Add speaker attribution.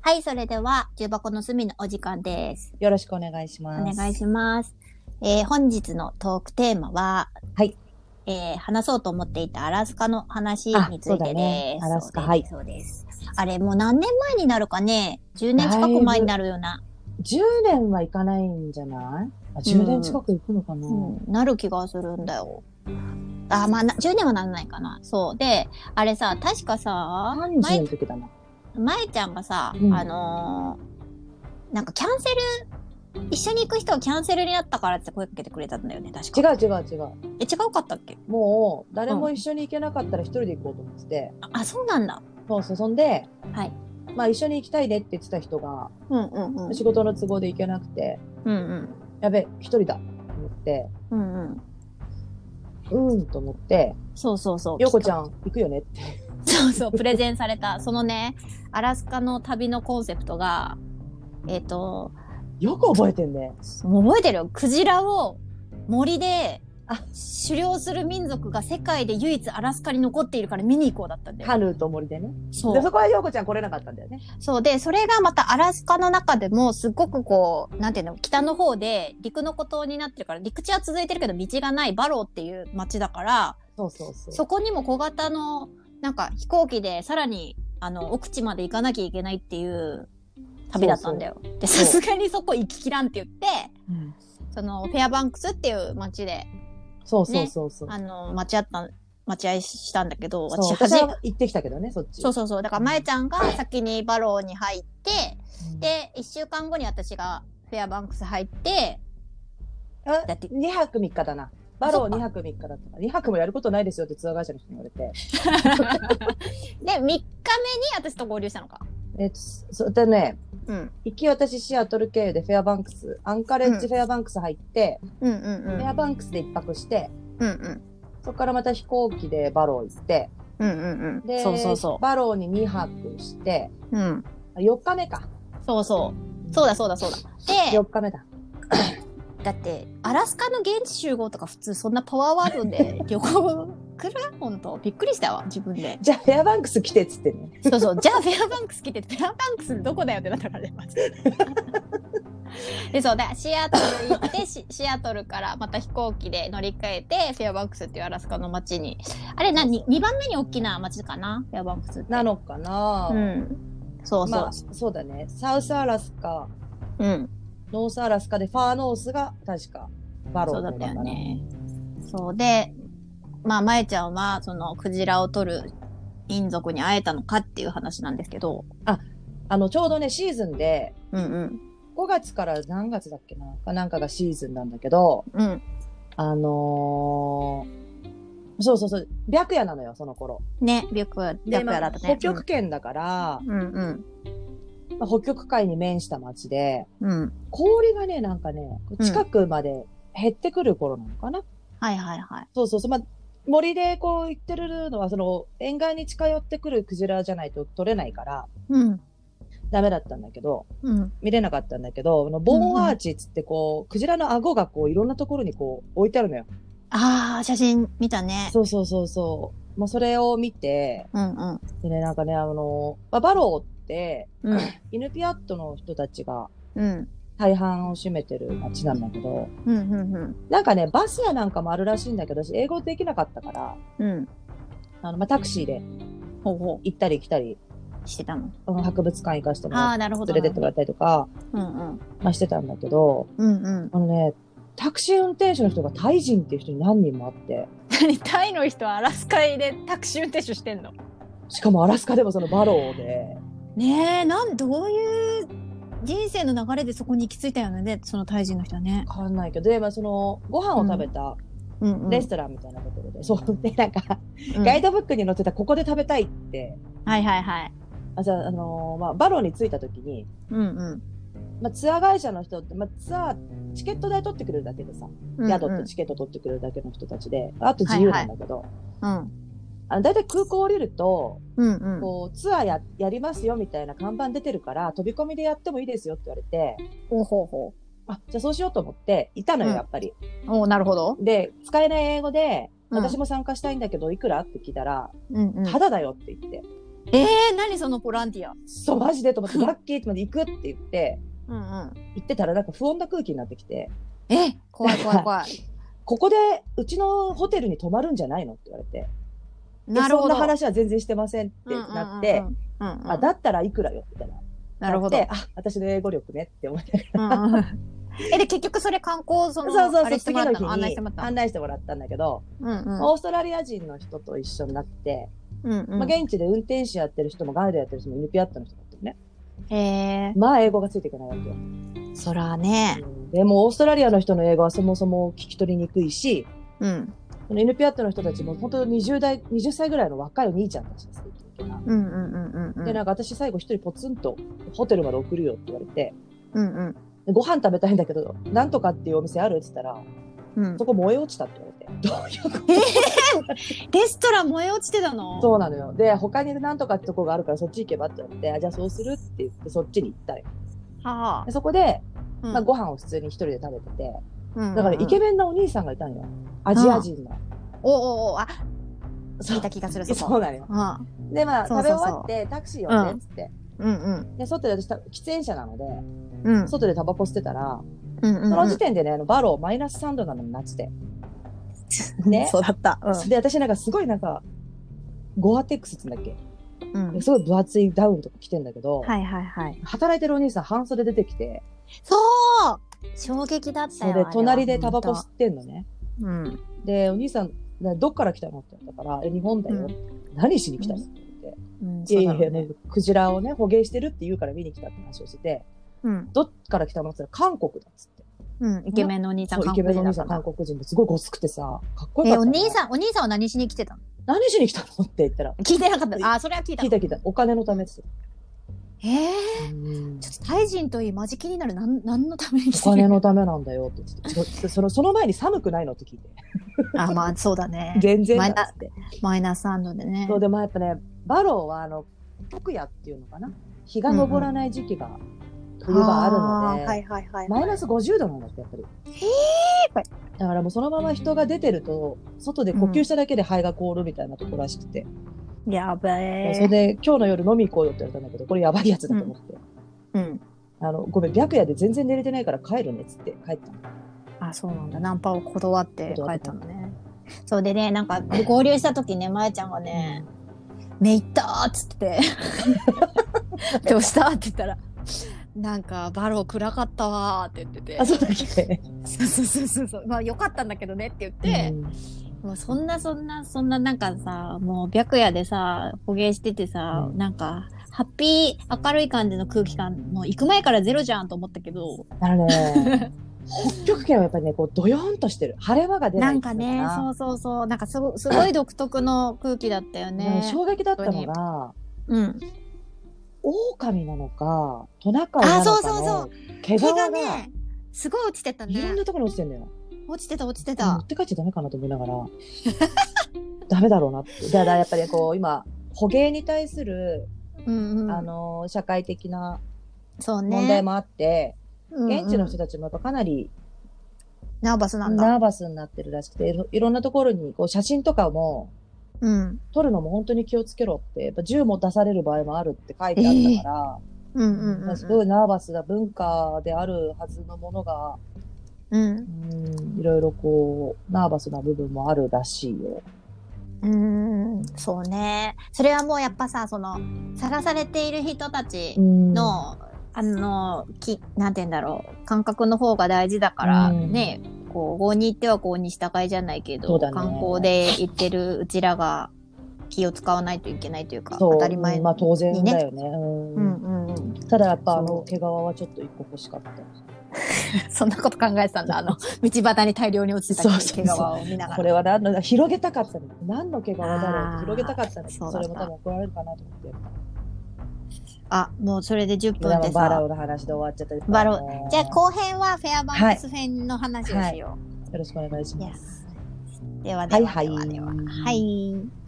Speaker 1: はい、それでは、重箱の隅のお時間です。
Speaker 2: よろしくお願いしま
Speaker 1: お
Speaker 2: す。
Speaker 1: 願いします。えー本日のトークテーマは、
Speaker 2: はい。
Speaker 1: えー話そうと思っていたアラスカの話
Speaker 2: あ
Speaker 1: につい
Speaker 2: そう
Speaker 1: て
Speaker 2: だ
Speaker 1: で
Speaker 2: ね
Speaker 1: す。
Speaker 2: アラスカ
Speaker 1: そう
Speaker 2: は
Speaker 1: で
Speaker 2: い
Speaker 1: すそうです。あれ、もう何年前になるかね ?10 年近く前になるような、
Speaker 2: 10年はいかないんじゃないあ ?10 年近く行くのかな、
Speaker 1: うん、なる気がするんだよ。あ、まあ、な10年はならないかな。そう。で、あれさ、確かさ、ま
Speaker 2: ?30
Speaker 1: え
Speaker 2: の時だな。
Speaker 1: まえちゃんがさ、
Speaker 2: うん
Speaker 1: あのーなんかキャンセル、一緒に行く人がキャンセルになったからって声かけてくれたんだよね、確
Speaker 2: 違
Speaker 1: か。
Speaker 2: う違う違う。
Speaker 1: え、違うかったっけ
Speaker 2: もう、誰も一緒に行けなかったら一人で行こうと思ってて。
Speaker 1: ああ、そうなんだ。
Speaker 2: そうそう、そんで、
Speaker 1: はい。
Speaker 2: まあ一緒に行きたいねって言ってた人が、
Speaker 1: うんうんうん。
Speaker 2: 仕事の都合で行けなくて、
Speaker 1: うんうん。
Speaker 2: やべ、一人だと思って、
Speaker 1: うんうん。
Speaker 2: うーんと思って、
Speaker 1: そうそうそう。
Speaker 2: ようこち
Speaker 1: ん。
Speaker 2: ゃん行くよねって。
Speaker 1: そうそう、プレゼンされた。そのね、アラスカの旅のコンセプトが、えっ、と、
Speaker 2: よく覚えてんね。
Speaker 1: もう覚えてるよ。クジラを森で
Speaker 2: あ
Speaker 1: 狩猟する民族が世界で唯一アラスカに残っているから見に行こうだったんだよ。
Speaker 2: カヌーと森でね。
Speaker 1: そ
Speaker 2: で、
Speaker 1: う
Speaker 2: そこはようこちゃん来れなかったんだよね。
Speaker 1: そうで、それがまたアラスカの中でもすっごくこう、なんていうの、北の方で陸の孤島になってるから、陸地は続いてるけど道がないバローっていう町だから、
Speaker 2: そうそうそう。
Speaker 1: そこにも小型のなんか飛行機でさらにあの奥地まで行かなきゃいけないっていう旅だったんだよ。で、
Speaker 2: そ
Speaker 1: さ
Speaker 2: う
Speaker 1: すがにそこ行ききらんって言って、
Speaker 2: うん
Speaker 1: そのフェアバンクスっていう町で
Speaker 2: そうそうそうそう。
Speaker 1: あの、待ち合った、待ち合いしたんだけど、
Speaker 2: そう
Speaker 1: 私
Speaker 2: 私
Speaker 1: 初め
Speaker 2: は行ってきたけどね、そっち。
Speaker 1: そうそうそう。だから、まえちゃんが先にバローに入って、で、1週間後に私がフェアバンクス入って、
Speaker 2: あ
Speaker 1: だって
Speaker 2: 2泊3日だな。バロ
Speaker 1: そっ
Speaker 2: ー
Speaker 1: か
Speaker 2: 2泊3日だったから。2泊もやることないですよってツアー会社の人に言われて。
Speaker 1: で、3日目に私と合流したのか。
Speaker 2: えっと、そでね、
Speaker 1: うん。
Speaker 2: 行き私シアトル経由でフェアバンクス、アンカレッジフェアバンクス入って、
Speaker 1: うんうんうん。う
Speaker 2: フェア
Speaker 1: ん
Speaker 2: バンクスで1泊して、
Speaker 1: うん。
Speaker 2: そこからまた飛行機でバロー行って、
Speaker 1: うんうんうん。
Speaker 2: で、
Speaker 1: そうそうそ
Speaker 2: バローに2泊して、
Speaker 1: う。うん。
Speaker 2: あ4日目か。
Speaker 1: そうそう。そうだそうだそうだ。で、
Speaker 2: 4日目だ。
Speaker 1: だって、アラスカの現地集合とか普通そんなパワーワードで旅行来るほんと。びっくりしたわ、自分で。
Speaker 2: じゃあフェアバンクス来てっつってね。
Speaker 1: そうそう。じゃあ、フェアバンクス来て、フェアバンクスどこだよってなったからね、まずで、そうだ、シアトル行って、シシアトルからまた飛行機で乗り換えて、フェアバンクスっていうアラスカの街に。あれ、な、に二番目に大きな街かなフェアバンクスって。
Speaker 2: なのかな、
Speaker 1: うん。そうそう。
Speaker 2: まあ、そうだね。サウスアラスカ、
Speaker 1: うん。
Speaker 2: ノースアラスカでファーノースが確かバロ
Speaker 1: そう
Speaker 2: ー
Speaker 1: だ
Speaker 2: の
Speaker 1: ったよ
Speaker 2: かな
Speaker 1: ね。そうで、まあ、まえちゃんは、その、クジラを取る民族に会えたのかっていう話なんですけど。
Speaker 2: あのちょうどねシーズンで
Speaker 1: うんうん。
Speaker 2: 5月から何月だっけななんかがシーズンなんだけど
Speaker 1: うん。
Speaker 2: あのーそうそうそう白夜なのよその頃
Speaker 1: ね、白夜、白
Speaker 2: で
Speaker 1: 夜だ
Speaker 2: ま
Speaker 1: っ
Speaker 2: あ
Speaker 1: た
Speaker 2: 北
Speaker 1: ね。
Speaker 2: 極圏だから、
Speaker 1: うんうん。
Speaker 2: まあ北極海に面した町で
Speaker 1: うん。
Speaker 2: 氷がねなんかね
Speaker 1: ん
Speaker 2: 近くまで減ってくる頃なのかな、
Speaker 1: はいはいはい。
Speaker 2: そうそうそう、まあ、森でこう行ってるのはその沿岸に近寄ってくるクジラじゃないと取れないから
Speaker 1: うん。
Speaker 2: ダメだったんだけど
Speaker 1: うん。
Speaker 2: 見れなかったんだけど、あのボーンアーチっつってこう、クジラの顎がこういろんなところにこう置いてあるのよ。
Speaker 1: ああ、写真見たね。
Speaker 2: そうそうそうそう。まあそれを見て、
Speaker 1: うんうん。
Speaker 2: でね、なんかね、あの、まあ、バローって、
Speaker 1: うん。
Speaker 2: イヌピアットの人たちが
Speaker 1: うん。
Speaker 2: 大半を占めてる街なんだけど、
Speaker 1: うんうんうん。
Speaker 2: なんかね、バスやなんかもあるらしいんだけど、私英語できなかったから、
Speaker 1: うん。
Speaker 2: あの、まあ、タクシーで
Speaker 1: ほうほ
Speaker 2: 行ったり来たり、
Speaker 1: う。してたの。
Speaker 2: あの博物館行かせても
Speaker 1: あ
Speaker 2: ら
Speaker 1: あ、
Speaker 2: っ
Speaker 1: なるほ
Speaker 2: て、
Speaker 1: ど。
Speaker 2: 連れてってもらったりとか、
Speaker 1: うん
Speaker 2: まあ、してたんだけど、
Speaker 1: うん。うんうん。
Speaker 2: あのね、タクシー運転手の人がタイ人っていう人に何人もあって、
Speaker 1: 何タイの人はアラスカでタクシー運転手してんの
Speaker 2: しかもアラスカでもそのバローで。
Speaker 1: ねえ、なん、どういう人生の流れでそこに行き着いたよね、そのタイ人の人はね。
Speaker 2: 変わんないけど、で、まあ、その、ご飯を食べた
Speaker 1: うんうん。
Speaker 2: レストランみたいなところで、そう、で、なんか、
Speaker 1: うん
Speaker 2: ガイドブックに載ってた、ここで食べたいって、
Speaker 1: はいはいはい。
Speaker 2: あ、じゃあ、あのーまあ、バローに着いた時に、
Speaker 1: うんうん。
Speaker 2: まあ、ツアー会社の人って、まあ、ツアー、チケット代取ってくれるだけでさ、
Speaker 1: うんうん
Speaker 2: 宿とチケット取ってくれるだけの人たちで、あと自由なんだけど、
Speaker 1: うん。
Speaker 2: あのだいたい空港降りると、
Speaker 1: うんうん。
Speaker 2: こう、ツアーや、やりますよみたいな看板出てるから、飛び込みでやってもいいですよって言われて、
Speaker 1: ほうほうほ
Speaker 2: あ、じゃあそうしようと思って、いたのよ、
Speaker 1: うん
Speaker 2: やっぱり。
Speaker 1: う。おおなるほど。
Speaker 2: で、使えない英語で、
Speaker 1: うん
Speaker 2: 私も参加したいんだけど、いくらって聞いたら、
Speaker 1: うんうん。
Speaker 2: ただだよって言って。
Speaker 1: えー、何そのボランティア。
Speaker 2: そうマジでと思ってラッキーってまで行くって言って
Speaker 1: うんうん。
Speaker 2: 行ってたらなんか不穏な空気になってきて
Speaker 1: え、怖い怖い怖い。
Speaker 2: ここでうちのホテルに泊まるんじゃないのって言われてで
Speaker 1: なるほ
Speaker 2: そん
Speaker 1: ど。
Speaker 2: な話は全然してませんってなって、
Speaker 1: うんうんうんうん。
Speaker 2: あだったらいくらよみたいな
Speaker 1: なるほど
Speaker 2: なっ。てあ私の英語力ねって思って
Speaker 1: うん うんえ、で、結局それ観光、その、
Speaker 2: そうそう
Speaker 1: あ
Speaker 2: そ
Speaker 1: れ
Speaker 2: う
Speaker 1: して
Speaker 2: 次
Speaker 1: もらった
Speaker 2: の日
Speaker 1: の案内しても
Speaker 2: に
Speaker 1: らった
Speaker 2: 案
Speaker 1: の
Speaker 2: 内してもらったんだけど、
Speaker 1: うんうん
Speaker 2: オーストラリア人の人と一緒になって、
Speaker 1: うんうん
Speaker 2: まあ、現地で運転手やってる人もガイドやってる人も NPR の人だったよね
Speaker 1: へえ、
Speaker 2: まあ英語がついていけないわけよ、
Speaker 1: そらね。
Speaker 2: でもオーストラリアの人の英語はそもそも聞き取りにくいし
Speaker 1: うん。
Speaker 2: その NPR の人たちも本当に20代20歳ぐらいの若いお兄ちゃんたちですよ
Speaker 1: うんうんうんうんうん。
Speaker 2: でなんか私最後一人ポツンとホテルまで送るよって言われて
Speaker 1: うんうん
Speaker 2: でご飯食べたいんだけどなんとかっていうお店あるって言ったら
Speaker 1: うん
Speaker 2: そこ燃え落ちたって言われてどういうこと
Speaker 1: レストラン燃え落ちてたの
Speaker 2: そうなのよ。で、他になんとかってとこがあるからそっち行けばって言われて、あ、じゃあそうするって言ってそっちに行ったのよ。
Speaker 1: は
Speaker 2: でそこで、
Speaker 1: あ。
Speaker 2: まあ、ご飯を普通に一人で食べてて、
Speaker 1: だ
Speaker 2: だからイケメンなお兄さんがいたのよ。アジア人の。
Speaker 1: おうおうおうあ、
Speaker 2: そ
Speaker 1: 聞いうた気がする、そ
Speaker 2: そう
Speaker 1: こ。
Speaker 2: なのよ。
Speaker 1: あ
Speaker 2: で、まあ、
Speaker 1: そう
Speaker 2: 食
Speaker 1: そうそ
Speaker 2: べ
Speaker 1: う
Speaker 2: 終わってタクシー呼んでっつって。
Speaker 1: うんうん。
Speaker 2: で、外で私、た喫煙者なので、
Speaker 1: うん。うん
Speaker 2: 外でタバコ吸ってたら、
Speaker 1: うんうん。
Speaker 2: その時点でね、あのバローマイナス3度なのになっ てて。
Speaker 1: ね
Speaker 2: ね。
Speaker 1: そうだった。
Speaker 2: で、私なんかすごいなんか、ゴアテックスって言うんだっ
Speaker 1: うんう
Speaker 2: け
Speaker 1: ん
Speaker 2: すごい分厚いダウンとか着てんだけど、
Speaker 1: はいはいはい。
Speaker 2: 働いてるお兄さん半袖出てきて、
Speaker 1: そう衝撃だった
Speaker 2: それ
Speaker 1: よ。あれ
Speaker 2: で
Speaker 1: は
Speaker 2: 隣でタバコ吸。ってんのね。
Speaker 1: うん。
Speaker 2: で、お兄さん、などっから来たのって言ったから、え、日本だよ。
Speaker 1: う
Speaker 2: 何しに来たの、
Speaker 1: う
Speaker 2: い
Speaker 1: うん。
Speaker 2: や
Speaker 1: そう
Speaker 2: い
Speaker 1: だ
Speaker 2: や、
Speaker 1: ろう
Speaker 2: ね
Speaker 1: ね。、
Speaker 2: クジラをね、捕鯨してるって言うから見に来たって話をしてて、
Speaker 1: うん。
Speaker 2: どっから来たのって言ったら韓国だっつって。
Speaker 1: うん。イケメンのお兄さん、
Speaker 2: そう、イ
Speaker 1: 韓
Speaker 2: ケメ
Speaker 1: 国
Speaker 2: ンの
Speaker 1: 人
Speaker 2: お
Speaker 1: だ
Speaker 2: 兄
Speaker 1: った
Speaker 2: さ
Speaker 1: んだ
Speaker 2: ん、韓。国人ですごいごつくてさ、かっこよ
Speaker 1: え、
Speaker 2: か
Speaker 1: お
Speaker 2: ったのね、
Speaker 1: 兄さん、お兄さんは何しに来てたの
Speaker 2: 何しに来たのって言ったら、
Speaker 1: 聞いてなかった。あ、それは聞いた
Speaker 2: 聞い
Speaker 1: の。
Speaker 2: た聞いた、お金のためっつって。
Speaker 1: ええ。ちょっとタイ人といい、マジ気になる。なん、何のために来
Speaker 2: お
Speaker 1: て
Speaker 2: 金
Speaker 1: る
Speaker 2: のためなんだよって言ってちょその、その前に寒くないのって聞いて。
Speaker 1: あ、まあ、そうだね。
Speaker 2: 全然
Speaker 1: マ
Speaker 2: だ
Speaker 1: イ
Speaker 2: っ
Speaker 1: ナ
Speaker 2: つって。
Speaker 1: マイナス3度でね
Speaker 2: そう。でもやっぱねバローはあの白夜っていうのかな日が昇らない時期が、冬があるので、
Speaker 1: ーはいはいはい。
Speaker 2: マイナス50度なんだってやっぱり
Speaker 1: ーはい
Speaker 2: だからもうそのまま人が出てると外で呼吸しただけで肺が凍るみたいなとこらしくて、
Speaker 1: やべ
Speaker 2: それ
Speaker 1: え。
Speaker 2: で今日の夜飲み行こうよって言われたんだけどこれやばいやつだと思って、
Speaker 1: うん。
Speaker 2: あのごめん白夜で全然寝れてないから帰るねっつって帰ったの
Speaker 1: あ、そうなんだ。ナンパを断って帰ったのね。そうでね、なんか合流した時ね、まやちゃんがね、目いったーっつってて、どうしたって言ったら、なんかバロー暗かったわーって言ってて
Speaker 2: あ、そうだっけ
Speaker 1: そうそうそうそうそう、まあよかったんだけどねって言って、
Speaker 2: うん
Speaker 1: もうそんなそんなそんななんかさ、もう白夜でさ、捕鯨しててさ、
Speaker 2: うん
Speaker 1: なんか、ハッピー明るい感じの空気感、もう行く前からゼロじゃんと思ったけど、
Speaker 2: あ のね北極圏はやっぱりねこうドヨーンとしてる晴れ間が出
Speaker 1: な
Speaker 2: ない
Speaker 1: ん
Speaker 2: ってい
Speaker 1: か
Speaker 2: うの
Speaker 1: ね、そうそうそう、なんかすごすごい独特の空気だったよね。
Speaker 2: ね衝撃だったのが
Speaker 1: うん。
Speaker 2: 狼なのかトナカイな
Speaker 1: あ、
Speaker 2: のかの
Speaker 1: そうそうそう。
Speaker 2: 毛皮
Speaker 1: 毛
Speaker 2: が
Speaker 1: がね、すごい落ちてた
Speaker 2: いろ
Speaker 1: ね
Speaker 2: ん。なところに落ちてんだよ、
Speaker 1: 落ちてた落ちて
Speaker 2: 持
Speaker 1: た
Speaker 2: っ。て帰っちゃダメかなと思いながら ダメだろうなってだからやっぱりこう今捕鯨に対する、
Speaker 1: うんうん。
Speaker 2: あの社会的な
Speaker 1: そうね。
Speaker 2: 問題もあって、
Speaker 1: うんうん
Speaker 2: 現地の人たちもやっぱかなり
Speaker 1: ナーバスなんだ。
Speaker 2: ナーバスになってるらしくていろいろんなところにこう写真とかも
Speaker 1: うん。
Speaker 2: 撮るのも本当に気をつけろってやっぱ銃も出される場合もあるって書いてあったから。
Speaker 1: うんうんうん
Speaker 2: ま
Speaker 1: う
Speaker 2: あす
Speaker 1: ん。
Speaker 2: ごいナーバスな文化であるはずのものが、
Speaker 1: うん
Speaker 2: うんいろいろこう、ナーバスな部分もあるらしいよ。
Speaker 1: うーんそうね。それはもうやっぱさ、その、探されている人たち
Speaker 2: の、
Speaker 1: の、あの、き、なんて言うんだろう、感覚の方が大事だから、
Speaker 2: うん
Speaker 1: ね、こう、合に行っては合に従いじゃないけ
Speaker 2: そ
Speaker 1: ど、
Speaker 2: うだね
Speaker 1: 観光で行ってるうちらが気を使わないといけないというか、
Speaker 2: そう
Speaker 1: 当たり前
Speaker 2: まあ当
Speaker 1: に
Speaker 2: 然
Speaker 1: ね
Speaker 2: だよね。うん
Speaker 1: うんうんうん。
Speaker 2: ただやっぱあ
Speaker 1: そう
Speaker 2: の毛皮はちょっと一個欲しかった。
Speaker 1: そんなこと考えてたんだ、あの、道端に大量に落ちてた
Speaker 2: そうそうそう
Speaker 1: 毛皮を見なが
Speaker 2: こ
Speaker 1: ら。
Speaker 2: れは何の広げたかったの何の毛皮だろうっ
Speaker 1: あー
Speaker 2: て広げたかったの
Speaker 1: そうだ
Speaker 2: そ
Speaker 1: った
Speaker 2: れも多分怒られるかなと思って。
Speaker 1: あ、もうそれで10
Speaker 2: で
Speaker 1: 分で
Speaker 2: もバラ
Speaker 1: さ。
Speaker 2: オの話で終わっちゃった。
Speaker 1: バラオ
Speaker 2: オ
Speaker 1: じゃあ後編はフェアバンクス編の話をしよう。
Speaker 2: よろしくお願いします。
Speaker 1: ではで
Speaker 2: はい
Speaker 1: は
Speaker 2: はい
Speaker 1: ではでは。はい。